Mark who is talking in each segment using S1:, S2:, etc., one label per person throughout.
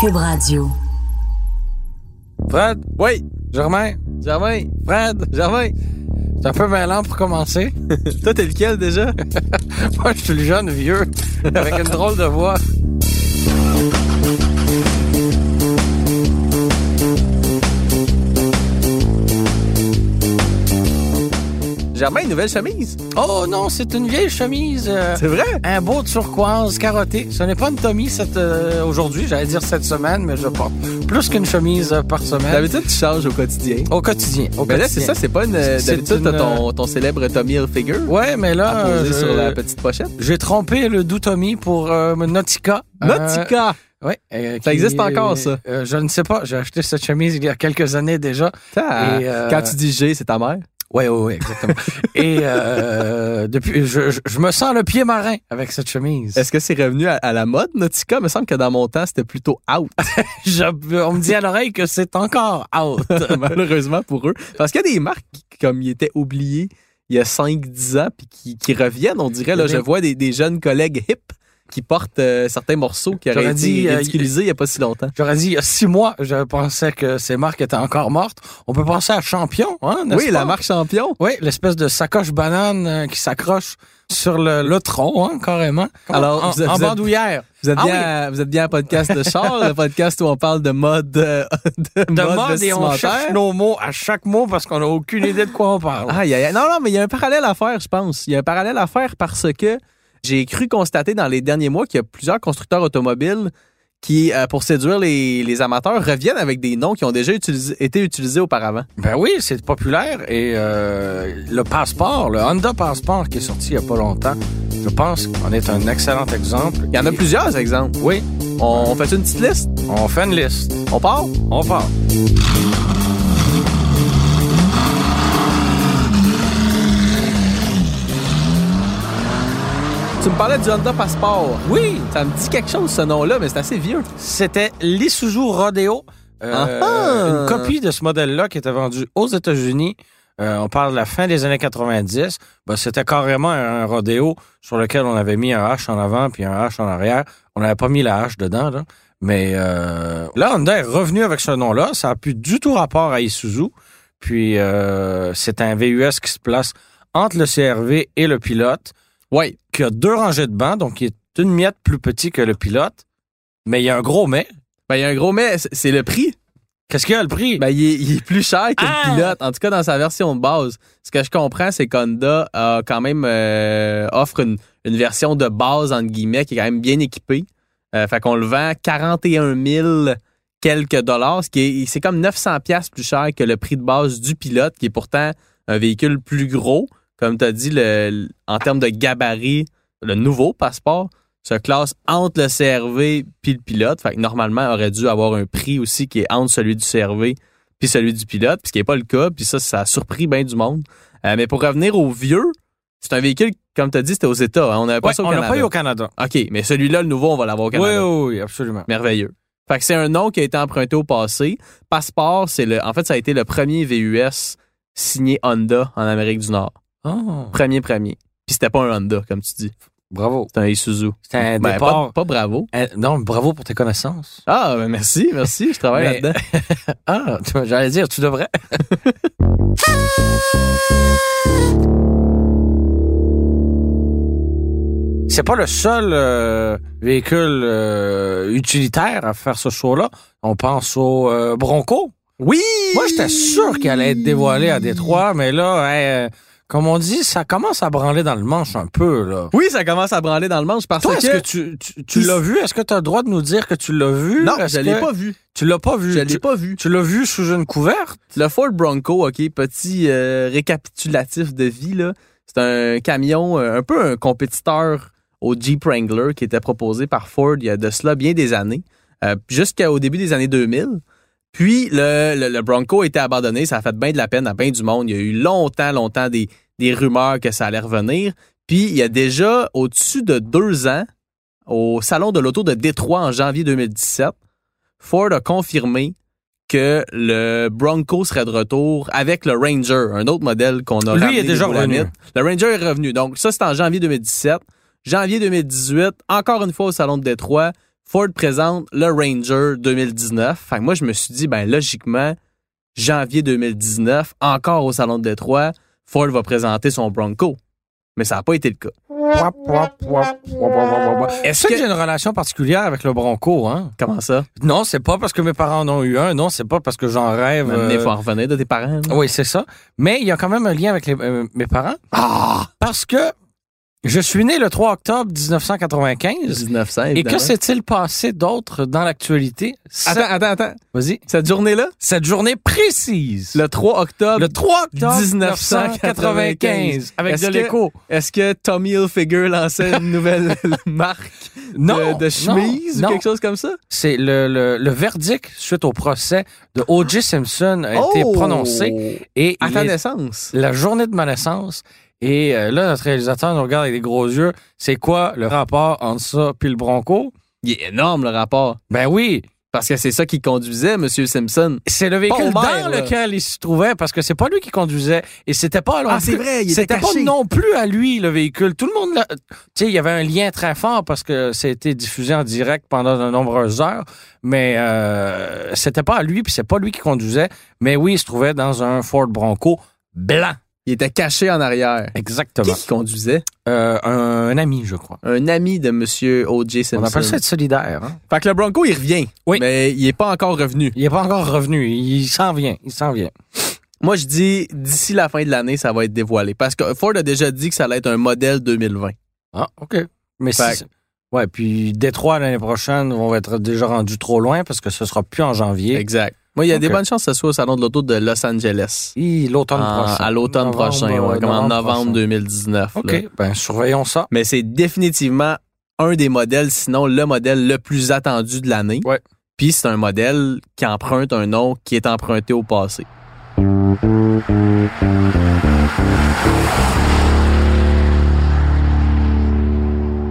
S1: Cube Radio.
S2: Fred? Oui. Germain?
S3: Germain,
S2: Fred?
S3: Germain,
S2: C'est un peu mêlant pour commencer.
S3: toi t'es lequel déjà?
S2: Moi, je suis le jeune vieux avec une drôle de voix.
S3: Germain, une nouvelle chemise.
S2: Oh non, c'est une vieille chemise. euh,
S3: C'est vrai?
S2: un beau turquoise carotté. Ce n'est pas une Tommy cette, euh, aujourd'hui, j'allais dire cette semaine, mais je porte plus qu'une chemise euh, par semaine.
S3: D'habitude, tu changes au quotidien.
S2: Au quotidien. Au quotidien.
S3: Mais là, c'est ça, c'est pas une. euh,
S2: C'est- c'est
S3: D'habitude, t'as
S2: une,
S3: ton, ton célèbre Tommy Hilfiger
S2: Ouais, mais là,
S3: à poser
S2: euh,
S3: sur la petite pochette.
S2: j'ai trompé le doux Tommy pour euh, Nautica. Euh,
S3: Nautica!
S2: Oui. euh,
S3: Ça
S2: qui-
S3: existe encore, ça?
S2: euh, je ne sais pas. J'ai acheté cette chemise il y a quelques années déjà.
S3: Ta-
S2: et, euh,
S3: Quand tu dis G, c'est ta mère.
S2: Oui, oui, oui, exactement. et euh, depuis, je, je, je me sens le pied marin avec cette chemise.
S3: Est-ce que c'est revenu à, à la mode, Nautica? Il me semble que dans mon temps, c'était plutôt out,
S2: Je- on me dit à l'oreille que c'est encore out.
S3: malheureusement pour eux. Parce qu'il y a des marques qui, comme, ils étaient oubliées il y a 5-10 ans, puis qui, qui reviennent, on dirait. Là,
S2: Il y
S3: je
S2: a des-
S3: vois des, des jeunes collègues hip qui portent euh, certains morceaux qui auraient
S2: J'aurais dit,
S3: été
S2: euh,
S3: ridiculisés il n'y a pas si longtemps.
S2: J'aurais dit il y a six mois, je pensais que ces marques étaient encore mortes. On peut penser à Champion, hein, n'est-ce
S3: Oui, la
S2: pas?
S3: marque champion.
S2: Oui, l'espèce de sacoche banane euh, qui s'accroche sur le, le tronc, hein, carrément.
S3: Alors,
S2: en,
S3: vous êtes-
S2: en
S3: vous êtes-
S2: bandoulière.
S3: Vous êtes,
S2: Ah
S3: bien,
S2: oui.
S3: à- vous êtes bien à podcast de Charles, le podcast où on parle de mode, euh, de,
S2: De
S3: mode
S2: mode et on
S3: vestimentaire.
S2: cherche nos mots à chaque mot parce qu'on n'a aucune idée de quoi on parle.
S3: Aïe, aïe, aïe. Non, non, mais il y a un parallèle à faire, je pense. Il y a un parallèle à faire parce que j'ai cru constater dans les derniers mois qu'il y a plusieurs constructeurs automobiles qui, euh, pour séduire les, les amateurs, reviennent avec des noms qui ont déjà utilisé- été utilisés auparavant.
S2: Ben oui, c'est populaire et euh, le passeport, le Honda Passport qui est sorti il n'y a pas longtemps, je pense qu'on est un excellent exemple.
S3: Il y en a
S2: Et-
S3: plusieurs exemples.
S2: Oui,
S3: On, on fait une petite liste?
S2: on fait une liste.
S3: On part?
S2: On part.
S3: Tu me parlais du Honda Passport.
S2: Oui,
S3: Ça me dit quelque chose, ce nom-là, mais c'est assez vieux.
S2: c'était l'Isuzu Rodeo, euh,
S3: Ah ah.
S2: une copie de ce modèle-là qui était vendu aux États-Unis. Euh, on parle de la fin des années 90. Ben, c'était carrément un rodéo sur lequel on avait mis un H en avant puis un H en arrière. On n'avait pas mis la hache dedans, là. Mais euh, là, Honda est revenu avec ce nom-là. Ça n'a plus du tout rapport à Isuzu. Puis, euh, c'est un VUS qui se place entre le CRV et le pilote,
S3: Oui.
S2: qui a deux rangées de bancs, donc qui est une miette plus petit que le pilote. Mais il y a un gros mais.
S3: Ben, il y a un gros mais, c'est- c'est le prix.
S2: Qu'est-ce qu'il y a le prix?
S3: Ben, il est, il est plus cher que
S2: Ah!
S3: le pilote, en tout cas dans sa version de base. Ce que je comprends, c'est qu'Honda a quand même euh, offre une, une version de base, entre guillemets, qui est quand même bien équipée. Euh, fait qu'on le vend 41 000 quelques dollars, ce qui est, c'est comme 900 pièces plus cher que le prix de base du pilote, qui est pourtant un véhicule plus gros. Comme tu as dit, le, le- en termes de gabarit, le nouveau passeport se classe entre le CRV puis le pilote. Fait que normalement, aurait dû avoir un prix aussi qui est entre celui du CRV puis celui du pilote, puis ce qui n'est pas le cas, puis ça, ça a surpris bien du monde. Euh, mais pour revenir au vieux, c'est un véhicule, comme tu as dit, c'était aux États. hein. On n'avait pas
S2: Ouais,
S3: ça au
S2: on l'a
S3: Canada.
S2: pas eu au Canada.
S3: OK, mais celui-là, le nouveau, on va l'avoir au Canada.
S2: Oui, oui, oui, absolument.
S3: Merveilleux. Fait que c'est un nom qui a été emprunté au passé. Passport, c'est le. En fait, ça a été le premier VUS signé Honda en Amérique du Nord.
S2: Oh.
S3: Premier, premier. Puis c'était pas un Honda, comme tu dis.
S2: bravo.
S3: C'était un Isuzu.
S2: C'était un
S3: Ben,
S2: départ.
S3: pas, pas bravo.
S2: Euh, non, bravo pour tes connaissances.
S3: Ah, ben merci, merci. Je travaille
S2: Mais-
S3: là-dedans.
S2: Ah, tu- j'allais dire, tu devrais. C'est pas le seul euh, véhicule euh, utilitaire à faire ce show-là. On pense au euh, Bronco.
S3: Oui!
S2: Moi, j'étais sûr qu'elle allait être dévoilée à Détroit, mais là, hey, euh, comme on dit, ça commence à branler dans le manche un peu. Là.
S3: Oui, ça commence à branler dans le manche parce
S2: Toi,
S3: que.
S2: est-ce que tu, tu, tu l'as vu? Est-ce que tu as le droit de nous dire que tu l'as vu?
S3: Non,
S2: Est-ce
S3: je l'ai
S2: que-
S3: pas vu.
S2: Tu l'as pas vu?
S3: Je l'ai
S2: Tu-
S3: pas vu.
S2: Tu l'as vu sous une couverte?
S3: Le Ford Bronco, OK, petit euh, récapitulatif de vie, là. C'est un camion, euh, un peu un compétiteur au Jeep Wrangler qui était proposé par Ford il y a de cela bien des années, euh, jusqu'au début des années 2000. Puis le, le- le Bronco a été abandonné, ça a fait bien de la peine à bien du monde. Il y a eu longtemps, longtemps des, des rumeurs que ça allait revenir. Puis il y a déjà au-dessus de deux ans, au Salon de l'Auto de Détroit en janvier 2017, Ford a confirmé que le Bronco serait de retour avec le Ranger, un autre modèle qu'on a
S2: Lui
S3: ramené
S2: est déjà
S3: des Pyramides.
S2: revenu.
S3: Le Ranger est revenu. Donc ça, c'est en janvier 2017. Janvier 2018, encore une fois au Salon de Détroit, Ford présente le Ranger 2019. Fait que moi, je me suis dit, ben logiquement, janvier 2019, encore au Salon de Détroit, Ford va présenter son Bronco. Mais ça n'a pas été le cas.
S2: Pouap, pouap, pouap, pouap, pouap, pouap.
S3: Est-ce
S2: Tu sais
S3: que...
S2: que j'ai une relation particulière avec le Bronco, hein?
S3: Comment ça?
S2: Non, c'est pas parce que mes parents en ont eu un. Non, c'est pas parce que j'en rêve.
S3: Maintenant, Il
S2: euh,
S3: faut en revenir de tes parents. là.
S2: Oui, c'est ça. Mais il y a quand même un lien avec les- euh, mes parents
S3: Ah!
S2: parce que je suis né le 3 octobre 1995.
S3: 1900,
S2: Et
S3: évidemment.
S2: que s'est-il passé d'autre dans l'actualité?
S3: Attends,
S2: Cette-
S3: attends, attends.
S2: Vas-y.
S3: Cette journée-là,
S2: Cette journée précise.
S3: le 3 octobre,
S2: Le 3 octobre 1995.
S3: 1995,
S2: Avec
S3: Est-ce
S2: de
S3: que-
S2: l'écho.
S3: est-ce que Tommy Hilfiger lançait une nouvelle marque
S2: Non.
S3: de, de
S2: non,
S3: chemise ou
S2: non.
S3: quelque chose comme ça?
S2: C'est le, le- le verdict suite au procès de O.J. Simpson a été
S3: Oh!
S2: prononcé. Et
S3: à
S2: il
S3: ta
S2: est-
S3: naissance.
S2: la journée de ma naissance. Et euh, là, notre réalisateur nous regarde avec des gros yeux. C'est quoi le rapport entre ça puis le Bronco?
S3: Il est énorme le rapport.
S2: Ben oui,
S3: Parce que c'est ça qui conduisait, M. Simpson.
S2: c'est le véhicule
S3: Pas Homer,
S2: dans
S3: là. Ah,
S2: lequel il se trouvait parce que c'est pas lui qui conduisait et c'était pas à l'autre plus-
S3: vrai,
S2: C'était pas non plus à lui le véhicule. Tout le monde, l'a- tu sais, il y avait un lien très fort parce que ça a été diffusé en direct pendant de nombreuses heures, mais euh, c'était pas à lui puis c'est pas lui qui conduisait. Mais oui, il se trouvait dans un Ford Bronco blanc,
S3: Il était caché en arrière. Qui
S2: exactement.
S3: qui conduisait?
S2: Euh, un ami, je crois.
S3: Un ami de M. O.J. Simpson.
S2: On appelle ça être solidaire. hein.
S3: Fait que le Bronco, il revient.
S2: Oui.
S3: Mais il est pas encore revenu.
S2: Il n'est pas encore revenu. Il s'en vient. Il s'en vient.
S3: Moi, je dis d'ici la fin de l'année, ça va être dévoilé. Parce que Ford a déjà dit que ça allait être un modèle 2020.
S2: Ah, OK. Mais
S3: Fait
S2: si- Ouais, puis Détroit l'année prochaine, on va être déjà rendu trop loin parce que ce sera plus en janvier.
S3: Exact. Moi, il y a des
S2: Ok.
S3: bonnes chances que ce soit au Salon de l'Auto de Los Angeles.
S2: Hi, L'automne
S3: En-
S2: prochain.
S3: Ah, à l'automne
S2: Novembre,
S3: prochain, ouais,
S2: euh,
S3: comme en novembre
S2: prochain.
S3: 2019. là.
S2: OK. Ben, surveillons ça.
S3: Mais c'est définitivement un des modèles, sinon le modèle le plus attendu de l'année.
S2: Ouais.
S3: Puis c'est un modèle qui emprunte un nom qui est emprunté au passé.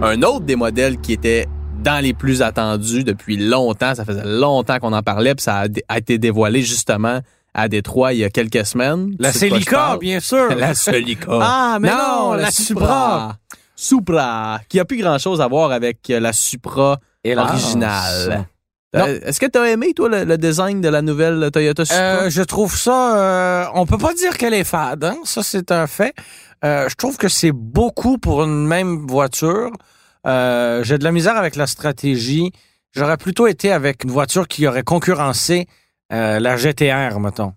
S3: Un autre des modèles qui était dans les plus attendus depuis longtemps, ça faisait longtemps qu'on en parlait, puis ça a, dé- a été dévoilé justement à Détroit il y a quelques semaines.
S2: La
S3: Tu sais de quoi je
S2: Celica,
S3: parle?
S2: bien sûr.
S3: La Celica.
S2: Ah, mais non, la, Supra.
S3: Supra, qui a plus grand chose à voir avec euh, la Supra
S2: Et Ah,
S3: originale.
S2: Non.
S3: Euh, Est-ce que tu as aimé, toi, le, le design de la nouvelle Toyota Supra?
S2: Euh, je trouve ça. euh, on peut pas dire qu'elle est fade, hein? ça c'est un fait. Euh, je trouve que c'est beaucoup pour une même voiture. Euh, J'ai de la misère avec la stratégie. J'aurais plutôt été avec une voiture qui aurait concurrencé euh, la GTR, mettons.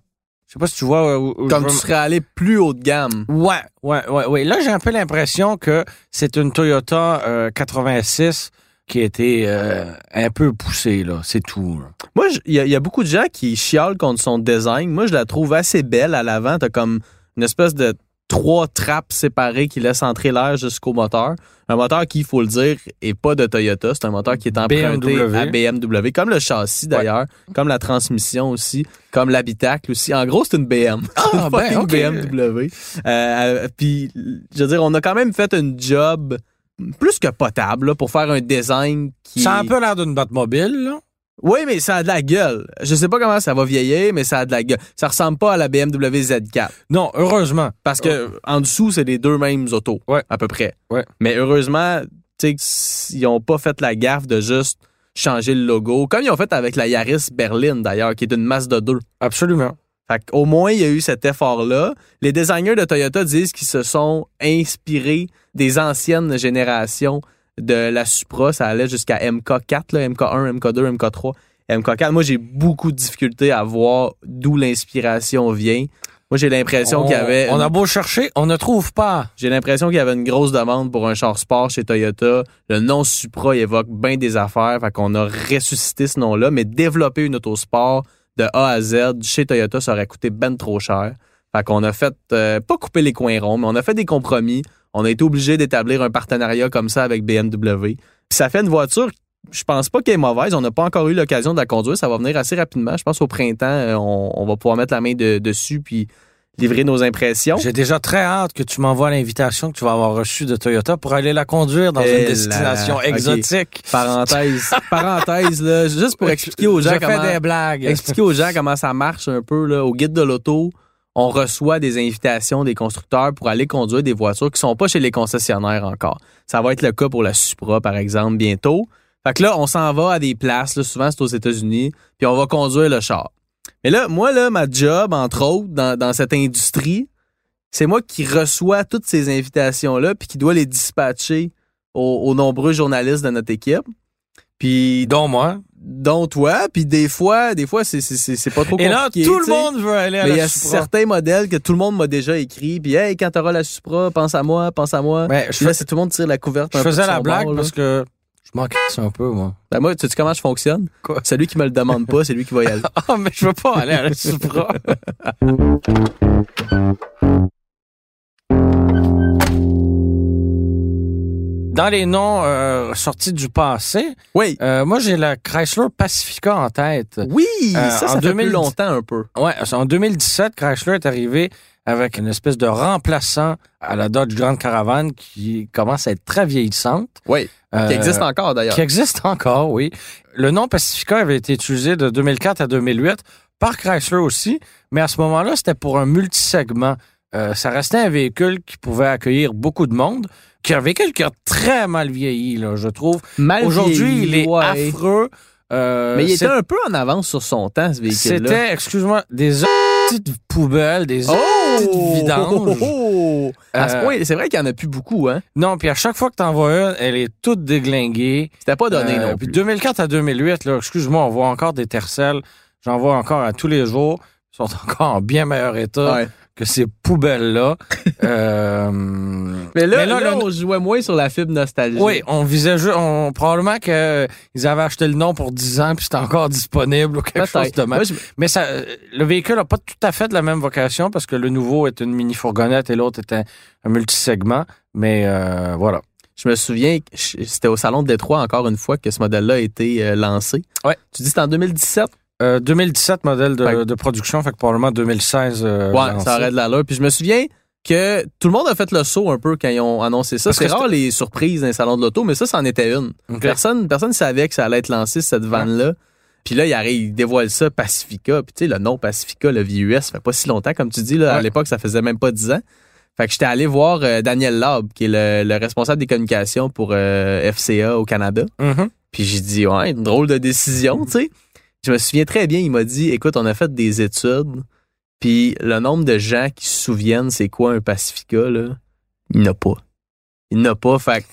S2: Je sais pas si tu vois. euh, où- où je
S3: Comme
S2: veux
S3: tu
S2: m-
S3: serais allé plus haut de gamme.
S2: Ouais, ouais, ouais, ouais. Là, j'ai un peu l'impression que c'est une Toyota euh, 86 qui a été euh, un peu poussée, là. C'est tout. là.
S3: Moi, je- il y, a- il y a beaucoup de gens qui chiolent contre son design. Moi, je la trouve assez belle à l'avant. T'as comme une espèce de trois trappes séparées qui laissent entrer l'air jusqu'au moteur. Un moteur qui, il faut le dire, est pas de Toyota. C'est un moteur qui est emprunté
S2: BMW.
S3: à BMW, comme le châssis d'ailleurs, comme la transmission aussi, comme l'habitacle aussi. En gros, c'est une BM.
S2: Ah, ben,
S3: Fucking
S2: ok.
S3: BMW. Euh, puis, je veux dire, on a quand même fait une job plus que potable là, pour faire un design qui...
S2: Ça a un peu l'air d'une Batmobile, là.
S3: Oui, mais ça a de la gueule. Je sais pas comment ça va vieillir, mais ça a de la gueule. Ça ressemble pas à la BMW Z4.
S2: Non, heureusement.
S3: Parce que en dessous, c'est les deux mêmes autos.
S2: Oh. Ouais.
S3: À peu près.
S2: Ouais.
S3: Mais heureusement, tu sais, ils ont pas fait la gaffe de juste changer le logo. Comme ils ont fait avec la Yaris berline, d'ailleurs, qui est une masse de deux.
S2: Absolument.
S3: Fait au moins, il y a eu cet effort-là. Les designers de Toyota disent qu'ils se sont inspirés des anciennes générations de la Supra. Ça allait jusqu'à MK4, là, MK1, MK2, MK3, MK4. Moi, j'ai beaucoup de difficultés à voir d'où l'inspiration vient. Moi, j'ai l'impression
S2: on,
S3: qu'il y avait
S2: on
S3: une-
S2: a beau chercher, on ne trouve pas.
S3: j'ai l'impression qu'il y avait une grosse demande pour un char sport chez Toyota. Le nom Supra il évoque bien des affaires. Fait qu'on a ressuscité ce nom-là, mais développer une auto sport de A à Z chez Toyota, ça aurait coûté ben trop cher. Fait qu'on a fait, euh, pas couper les coins ronds, mais on a fait des compromis. On a été obligé d'établir un partenariat comme ça avec BMW. Puis ça fait une voiture, je pense pas qu'elle est mauvaise. On n'a pas encore eu l'occasion de la conduire. Ça va venir assez rapidement. Je pense au printemps, euh, on, on va pouvoir mettre la main de- dessus puis livrer nos impressions.
S2: J'ai déjà très hâte que tu m'envoies l'invitation que tu vas avoir reçue de Toyota pour aller la conduire dans
S3: Eh
S2: une
S3: là
S2: destination
S3: là, ok.
S2: exotique.
S3: Parenthèse, parenthèse, là, juste pour expliquer aux gens
S2: Je fais
S3: comment,
S2: des blagues.
S3: expliquer aux gens comment ça marche un peu, là, au guide de l'auto, on reçoit des invitations des constructeurs pour aller conduire des voitures qui sont pas chez les concessionnaires encore. Ça va être le cas pour la Supra, par exemple, bientôt. Fait que là, on s'en va à des places, là, souvent c'est aux États-Unis, puis on va conduire le char. Mais là, moi, là, ma job, entre autres, dans, dans cette industrie, c'est moi qui reçois toutes ces invitations-là, puis qui dois les dispatcher aux, aux nombreux journalistes de notre équipe. Puis,
S2: Dont moi.
S3: dont toi, puis des fois, des fois, c'est- c'est c'est- c'est pas trop
S2: Et
S3: compliqué.
S2: là, tout le
S3: tu sais.
S2: monde veut aller à
S3: Mais il y
S2: la
S3: a
S2: Supra.
S3: certains modèles que tout le monde m'a déjà écrit. Puis, hey, quand t'auras la Supra, pense à moi, pense à moi.
S2: Ben, je,
S3: Puis là,
S2: fais-
S3: c'est tout le monde tire la couverte.
S2: je
S3: un peu
S2: faisais
S3: de son
S2: la blague
S3: bord, là.
S2: parce que je m'en casse un peu, moi.
S3: Ben, moi, tu sais comment je fonctionne?
S2: Quoi?
S3: Celui qui me le demande pas, c'est lui qui va y aller.
S2: Ah, mais je veux pas aller à la Supra. Dans les noms euh, sortis du passé,
S3: Oui!
S2: euh, moi j'ai la Chrysler Pacifica en tête.
S3: Oui!
S2: Euh,
S3: ça,
S2: en
S3: ça fait
S2: 2010
S3: plus longtemps un peu.
S2: Ouais, c'est en 2017, Chrysler est arrivé avec une espèce de remplaçant à la Dodge Grand Caravan qui commence à être très vieillissante.
S3: Oui. Qui
S2: Euh,
S3: existe encore, d'ailleurs.
S2: Qui existe encore, oui. Le nom Pacifica avait été utilisé de 2004 à 2008 par Chrysler aussi, mais à ce moment-là, c'était pour un multisegment. Euh, ça restait un véhicule qui pouvait accueillir beaucoup de monde, qui est un véhicule qui a très mal vieilli, là, je trouve.
S3: Mal
S2: Aujourd'hui, il
S3: vieilli,
S2: est
S3: ouais.
S2: affreux. Euh,
S3: Mais il
S2: c'est-
S3: était un peu en avance sur son temps, ce véhicule-là.
S2: C'était, excuse-moi, des petites poubelles, des...
S3: Oh!
S2: petite vidange.
S3: Oh! À ce
S2: Euh,
S3: point, c'est vrai qu'il y en a plus beaucoup, hein?
S2: Non, puis à chaque fois que t'en vois une, elle est toute déglinguée.
S3: C'était pas donné,
S2: Euh,
S3: non
S2: puis
S3: plus.
S2: 2004 à 2008, là, excuse-moi, on voit encore des tercelles. J'en vois encore à tous les jours. Ils sont encore en bien meilleur état
S3: Ouais.
S2: que ces poubelles-là. Euh,
S3: Mais là,
S2: Mais là,
S3: là,
S2: le-
S3: on jouait moins sur la fibre nostalgie.
S2: oui, on visait juste, on, probablement que euh, ils avaient acheté le nom pour 10 ans puis c'était encore disponible ou quelque chose
S3: Peut-être.
S2: de même.
S3: Moi, je-
S2: Mais ça, euh, le véhicule n'a pas tout à fait de la même vocation parce que le nouveau est une mini fourgonnette et l'autre est un, un multisegment. Mais euh, voilà.
S3: Je me souviens que je- c'était au Salon de Détroit, encore une fois, que ce modèle-là a été euh, lancé.
S2: Ouais.
S3: Tu dis c'était en 2017?
S2: Euh, 2017 modèle de,
S3: Fait que-
S2: de production, fait que probablement 2016. euh,
S3: ouais,
S2: lancé.
S3: ça aurait de l'allure. Puis je me souviens que tout le monde a fait le saut un peu quand ils ont annoncé ça.
S2: Parce
S3: C'est
S2: que
S3: rare les surprises dans les salons de l'auto, mais ça, c'en était une.
S2: Ok.
S3: Personne personne savait que ça allait être lancé, cette vanne-là. Puis là, il, arrive, il dévoile ça, Pacifica. Puis tu sais, le nom Pacifica, le VUS, ça fait pas si longtemps, comme tu dis. Là, À
S2: Ouais.
S3: l'époque, ça faisait même pas 10 ans. Fait que j'étais allé voir euh, Daniel Laub, qui est le, le responsable des communications pour euh, FCA au Canada.
S2: Mhm.
S3: Puis j'ai dit, ouais, une drôle de décision, tu sais. Je me souviens très bien, il m'a dit, écoute, on a fait des études, puis le nombre de gens qui se souviennent c'est quoi un Pacifica, là, il n'y en a pas. Il n'y en a pas, fait que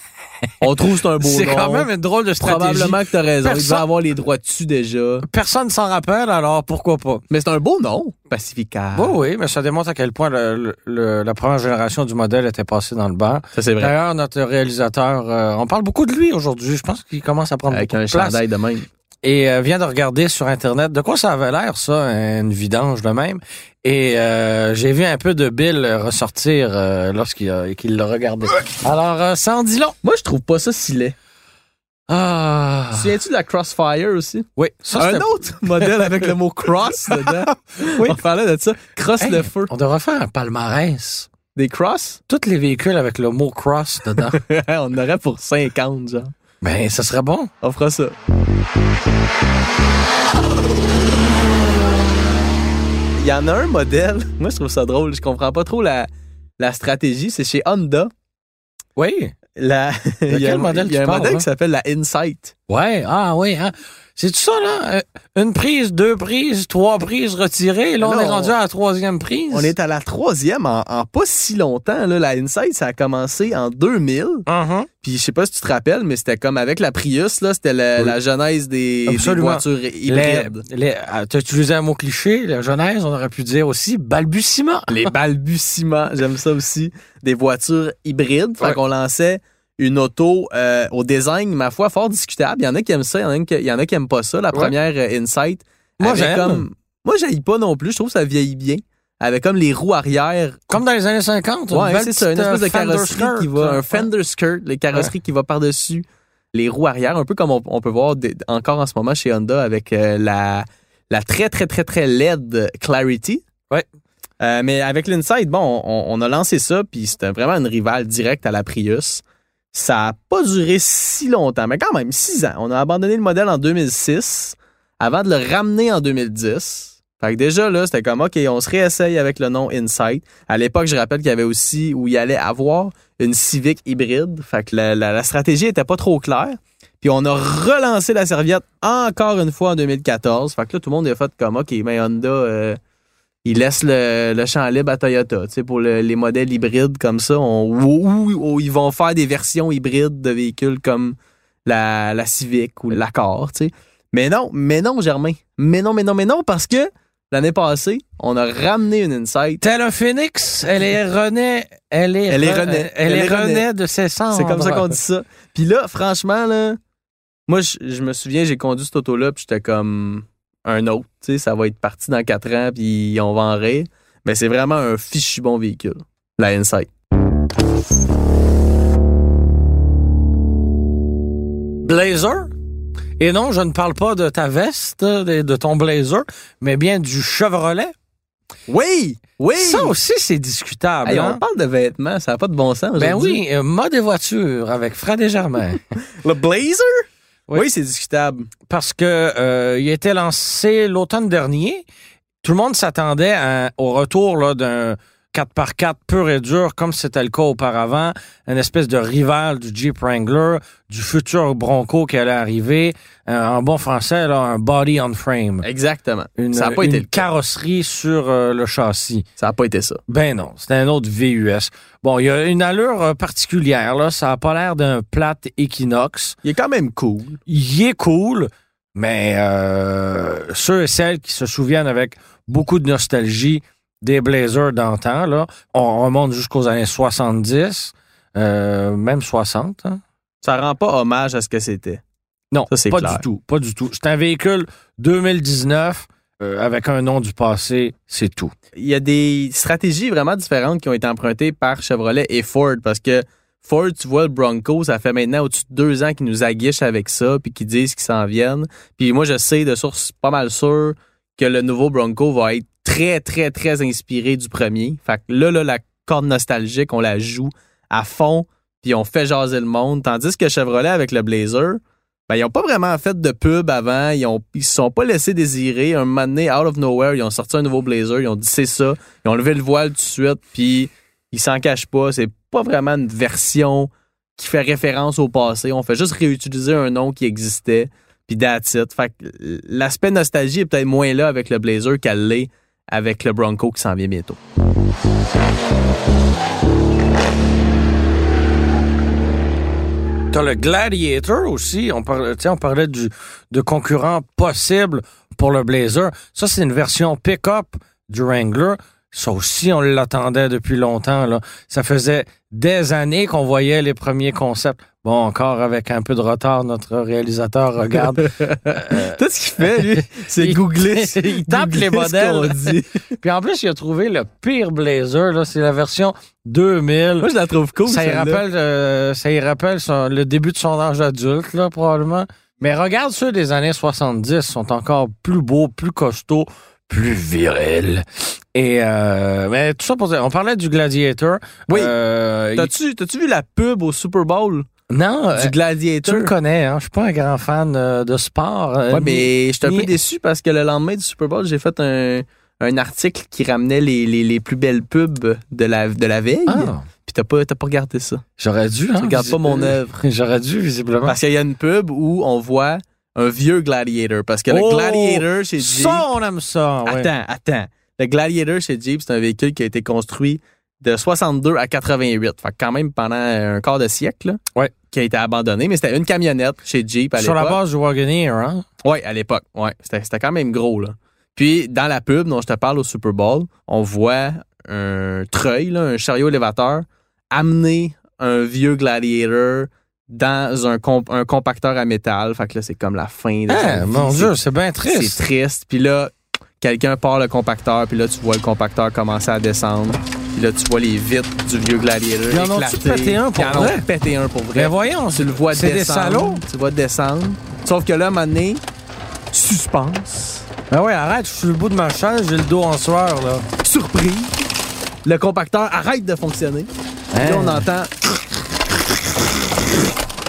S3: on trouve que c'est un beau
S2: C'est
S3: nom.
S2: quand même une drôle de stratégie.
S3: Probablement que t'as raison, il
S2: Personne-
S3: devait avoir les droits dessus déjà.
S2: Personne s'en rappelle, alors pourquoi pas?
S3: Mais c'est un beau nom, Pacifica.
S2: Oui, oui, mais ça démontre à quel point le- le- le- la première génération du modèle était passée dans le banc.
S3: Ça, c'est vrai.
S2: D'ailleurs, notre réalisateur, euh, on parle beaucoup de lui aujourd'hui. Je pense qu'il commence à prendre
S3: Avec
S2: beaucoup
S3: un
S2: de place.
S3: chandail de même.
S2: Et euh, vient de regarder sur Internet de quoi ça avait l'air, ça, une vidange de même. Et euh, j'ai vu un peu de Bill ressortir euh, lorsqu'il a- qu'il l'a regardé. Alors, euh, ça en dit long.
S3: Moi, je trouve pas ça si laid.
S2: Ah.
S3: Souviens-tu de la Crossfire aussi?
S2: Oui, ça,
S3: un
S2: c'était-
S3: autre modèle avec le mot cross dedans.
S2: Oui.
S3: On parlait de ça. Cross
S2: Hey,
S3: le feu.
S2: On devrait faire un palmarès.
S3: Des cross?
S2: tous les véhicules avec le mot cross dedans,
S3: on aurait pour 50, genre.
S2: ben ça serait bon.
S3: On fera ça. Il y en a un modèle. Moi, je trouve ça drôle. Je comprends pas trop la, la stratégie. C'est chez Honda.
S2: Oui.
S3: La,
S2: De
S3: il y a,
S2: quel
S3: un-
S2: modèle
S3: il y a
S2: tu
S3: un
S2: parles,
S3: modèle
S2: hein?
S3: qui s'appelle la Insight.
S2: Ouais, ah oui. hein. C'est tout ça, là? Euh, Une prise, deux prises, trois prises retirées. Là, on
S3: Là,
S2: est
S3: on-
S2: rendu à la troisième prise.
S3: On est à la troisième en, en pas si longtemps. là. La Insight, ça a commencé en 2000.
S2: Mhm.
S3: Puis je sais pas si tu te rappelles, mais c'était comme avec la Prius, là, c'était la,
S2: Oui.
S3: la genèse des, des
S2: Absolument.
S3: voitures
S2: Les,
S3: hybrides.
S2: les, euh, t'as utilisé un mot cliché, la genèse, on aurait pu dire aussi balbutiement.
S3: Les balbutiements, j'aime ça aussi, des voitures hybrides. Fait
S2: Ouais.
S3: qu'on lançait une auto euh, au design, ma foi, fort discutable. Il y en a qui aiment ça, il y en a qui, il y en a qui aiment pas ça. La
S2: Ouais.
S3: première euh, Insight.
S2: Moi,
S3: avait
S2: j'aime.
S3: comme Moi, j'aille pas non plus. Je trouve que ça vieillit bien. Avec comme les roues arrière.
S2: Comme dans les années 50.
S3: Ouais,
S2: belle
S3: c'est ça, une
S2: petite,
S3: espèce de
S2: euh, Fender
S3: carrosserie
S2: skirt, hein.
S3: qui va.
S2: là.
S3: Un fender skirt, les carrosseries qui va par-dessus les roues arrière, un peu comme on, on peut voir des- encore en ce moment chez Honda avec euh, la, la très, très, très, très laide Clarity.
S2: Ouais.
S3: Euh, mais avec l'Inside, bon, on, on a lancé ça, puis c'était vraiment une rivale directe à la Prius. Ça n'a pas duré si longtemps, mais quand même, six ans. On a abandonné le modèle en 2006 avant de le ramener en 2010. Fait que déjà, là, c'était comme, OK, on se réessaye avec le nom Insight. À l'époque, je rappelle qu'il y avait aussi, où il allait avoir une Civic hybride. Fait que la, la- la stratégie était pas trop claire. Puis on a relancé la serviette encore une fois en 2014. Fait que là, tout le monde a fait comme OK, mais Honda, euh, il laisse le, le champ libre à Toyota. Tu sais, pour le- les modèles hybrides comme ça, on, ou, ou- ou ils vont faire des versions hybrides de véhicules comme la, la Civic ou l'Accord. Tu sais. Mais non, mais non, Germain. Mais non, mais non, mais non, parce que l'année passée, on a ramené une Insight.
S2: Tel un phénix, elle est renaît. Elle est,
S3: Elle est
S2: re-
S3: renaît.
S2: Elle, est
S3: Elle est
S2: renaît
S3: renaît.
S2: de ses cendres.
S3: C'est comme ça qu'on dit ça. Puis là, franchement, là, moi, je, je me souviens, j'ai conduit cette auto-là, puis j'étais comme un autre. Tu sais, ça va être parti dans quatre ans, puis on va en rire. Mais c'est vraiment un fichu bon véhicule, la Insight.
S2: Blazer. Et non, je ne parle pas de ta veste, de, de ton blazer, mais bien du Chevrolet.
S3: Oui! Oui!
S2: Ça aussi, c'est discutable.
S3: Hey,
S2: hein?
S3: on parle de vêtements, ça n'a pas de bon sens.
S2: Ben
S3: aujourd'hui.
S2: oui, euh, mode et voiture avec Fred et Germain.
S3: Le Blazer?
S2: Oui.
S3: Oui, c'est discutable.
S2: parce que euh, il a été lancé l'automne dernier. Tout le monde s'attendait à- au retour là, d'un 4x4 pur et dur, comme c'était le cas auparavant, une espèce de rival du Jeep Wrangler, du futur Bronco qui allait arriver, Euh, en bon français, là, un body on frame.
S3: Exactement.
S2: Une,
S3: ça n'a pas
S2: une
S3: été le cas.
S2: carrosserie sur euh, le châssis.
S3: Ça n'a pas été ça.
S2: Ben non, c'est un autre VUS. Bon, il y a une allure euh, particulière, là. Ça n'a pas l'air d'un plate Equinox.
S3: Il est quand même cool.
S2: Il est cool, mais euh, ceux et celles qui se souviennent avec beaucoup de nostalgie des Blazers d'antan, là, on remonte jusqu'aux années 70, euh, même 60. hein.
S3: Ça rend pas hommage à ce que c'était.
S2: Non,
S3: Ça, c'est
S2: pas
S3: clair.
S2: du tout, pas du tout. C'est un véhicule 2019 euh, avec un nom du passé, c'est tout.
S3: il y a des stratégies vraiment différentes qui ont été empruntées par Chevrolet et Ford parce que Ford, tu vois, le Bronco, ça fait maintenant au-dessus de deux ans qu'ils nous aguichent avec ça puis qu'ils disent qu'ils s'en viennent. Puis moi, je sais de source pas mal sûre que le nouveau Bronco va être très, très, très inspiré du premier. Fait que là, là, la corde nostalgique, on la joue à fond puis on fait jaser le monde. Tandis que Chevrolet, avec le Blazer, ben, ils n'ont pas vraiment fait de pub avant. Ils ne ils se sont pas laissés désirer. Un moment donné, out of nowhere, ils ont sorti un nouveau blazer. Ils ont dit c'est ça. Ils ont levé le voile tout de suite. Puis ils s'en cachent pas. C'est pas vraiment une version qui fait référence au passé. On fait juste réutiliser un nom qui existait. Puis that's it. Fait que l'aspect nostalgie est peut-être moins là avec le blazer qu'elle l'est avec le Bronco qui s'en vient bientôt.
S2: T'as le Gladiator aussi. On parlait, tu sais, on parlait du, de concurrents possibles pour le Blazer. Ça, c'est une version pick-up du Wrangler. Ça aussi, on l'attendait depuis longtemps. Là. Ça faisait des années qu'on voyait les premiers concepts. Bon, encore avec un peu de retard, notre réalisateur regarde.
S3: Tout ce qu'il fait, lui, c'est
S2: Il-
S3: googler.
S2: il tape les
S3: googler ce qu'on
S2: modèles.
S3: dit.
S2: Puis en plus, il a trouvé le pire Blazer. Là. C'est la version 2000.
S3: Moi, je la trouve cool.
S2: Ça y
S3: celle-là.
S2: rappelle, euh, ça y rappelle son- le début de son âge adulte, là, probablement. Mais regarde ceux des années 70, ils sont encore plus beaux, plus costauds, plus virils. Et euh, mais tout ça pour dire, on parlait du Gladiator.
S3: Oui.
S2: Euh, il-
S3: T'as-tu, t'as-tu vu la pub au Super Bowl
S2: non, euh,
S3: du
S2: tu
S3: Gladiator?
S2: me connais, hein, je suis pas un grand fan euh, de sport. euh,
S3: Ouais, mais j'étais un
S2: ni-
S3: peu déçu parce que le lendemain du Super Bowl, j'ai fait un, un article qui ramenait les, les, les plus belles pubs de la, de la veille.
S2: ni- Ah,
S3: Puis t'as pas, t'as pas regardé ça.
S2: j'aurais dû. hein,
S3: Tu regardes pas mon œuvre.
S2: J'aurais dû visiblement.
S3: Parce qu'il y a une pub où on voit un vieux Gladiator. Parce que
S2: Oh!
S3: le Gladiator chez Jeep.
S2: Ça, on aime ça. ouais.
S3: Attends, attends. Le Gladiator chez Jeep, c'est un véhicule qui a été construit de 62 à 88. Fait que quand même pendant un quart de siècle, là,
S2: Ouais.
S3: qui a été abandonné. Mais c'était une camionnette chez Jeep à
S2: Sur la
S3: l'époque.
S2: base du Wagoneer, hein?
S3: Oui, à l'époque. Ouais. C'était, c'était quand même gros. Là. Puis, dans la pub dont je te parle au Super Bowl, on voit un treuil, là, un chariot élévateur, amener un vieux Gladiator dans un, comp- un compacteur à métal. Fait que là, c'est comme la fin de sa
S2: Ah,
S3: vie.
S2: mon
S3: C'est-
S2: Dieu, c'est bien
S3: C'est triste. Puis là, quelqu'un part le compacteur, puis là, tu vois le compacteur commencer à descendre. Puis là, tu vois les vitres du vieux Gladiator
S2: Ils en ont-tu
S3: éclater.
S2: pété un pour
S3: Ils en ont
S2: vrai?
S3: pété un pour vrai.
S2: Mais voyons,
S3: Tu le vois
S2: c'est des
S3: descendre.
S2: salauds.
S3: Tu le vois descendre. Sauf que là, à un moment donné, suspense,
S2: Ben ouais, arrête, je suis sur le bout de ma chaise, j'ai le dos en sueur, là.
S3: surprise, le compacteur arrête de fonctionner. Puis là,
S2: Hein?
S3: on entend.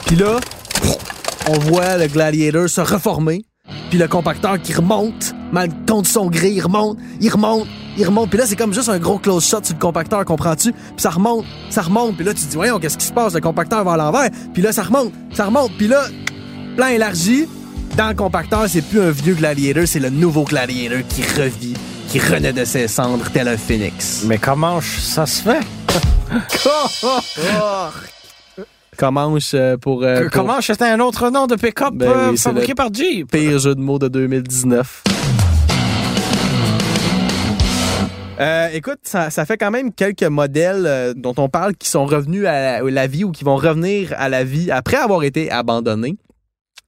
S3: Puis là, on voit le Gladiator se reformer. Puis le compacteur qui remonte, mal contre son gré, il remonte, il remonte, il remonte. Puis là, c'est comme juste un gros close shot sur le compacteur, comprends-tu? Puis ça remonte, ça remonte. Puis là, tu te dis, voyons, qu'est-ce qui se passe? Le compacteur va à l'envers. Puis là, ça remonte, ça remonte. Puis là,
S1: plan élargi, dans le compacteur, c'est plus un vieux Gladiator, c'est le nouveau Gladiator qui revit, qui renaît de ses cendres tel un phénix.
S2: Mais comment je- ça se fait?
S3: Commence euh, pour, euh, pour
S2: Comment c'était un autre nom de pick-up
S3: Ben
S2: euh,
S3: oui, c'est
S2: fabriqué
S3: le-
S2: par Jeep?
S3: pire jeu de mots de 2019. Euh, écoute, ça, ça fait quand même quelques modèles euh, dont on parle qui sont revenus à la, à la vie ou qui vont revenir à la vie après avoir été abandonnés.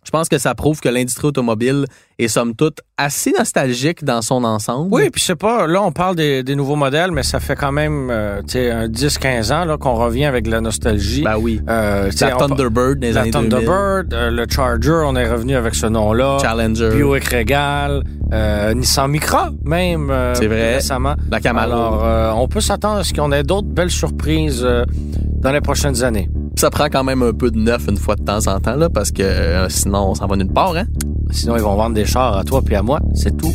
S3: Je pense que ça prouve que l'industrie automobile est somme toute assez nostalgique dans son ensemble.
S2: Oui, puis c'est pas. Là, on parle des, des nouveaux modèles, mais ça fait quand même euh, tu sais, un 10-15 ans là, qu'on revient avec de la nostalgie.
S3: Ben oui.
S2: Euh, tu sais,
S3: La
S2: on par-
S3: Thunderbird des
S2: la
S3: années 2000.
S2: Thunderbird, ah, euh, le Charger, on est revenu avec ce nom-là.
S3: Challenger.
S2: Buick Regal, euh, Nissan Micra, même euh,
S3: C'est vrai.
S2: récemment.
S3: La Camaro.
S2: Alors, euh, on peut s'attendre à ce qu'on ait d'autres belles surprises euh, dans les prochaines années.
S3: Ça prend quand même un peu de neuf une fois de temps en temps, là, parce que euh, sinon, on s'en va nulle part, hein?
S2: Sinon, ils vont vendre des chars à toi puis à moi, c'est tout.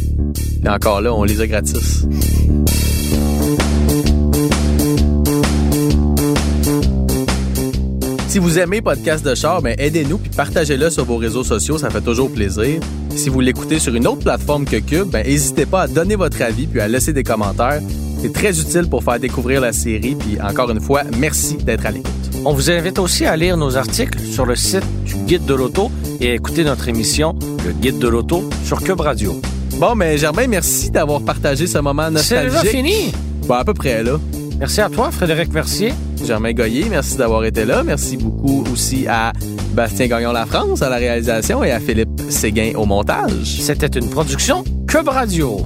S3: Et encore là, on les a gratis. Si vous aimez Podcast de Char, ben aidez-nous puis partagez-le sur vos réseaux sociaux, ça fait toujours plaisir. Si vous l'écoutez sur une autre plateforme que Cube, ben n'hésitez pas à donner votre avis puis à laisser des commentaires. C'est très utile pour faire découvrir la série. Puis encore une fois, merci d'être à l'écoute.
S2: On vous invite aussi à lire nos articles sur le site du Guide de l'Auto et à écouter notre émission Le Guide de l'Auto sur Cube Radio.
S3: Bon, mais Germain, merci d'avoir partagé ce moment
S2: C'est déjà
S3: nostalgique.
S2: fini.
S3: Bon, à peu près là.
S2: Merci à toi, Frédéric Mercier.
S3: Germain Goyer, merci d'avoir été là. Merci beaucoup aussi à Bastien Gagnon La France à la réalisation et à Philippe Séguin au montage.
S2: C'était une production Cube Radio.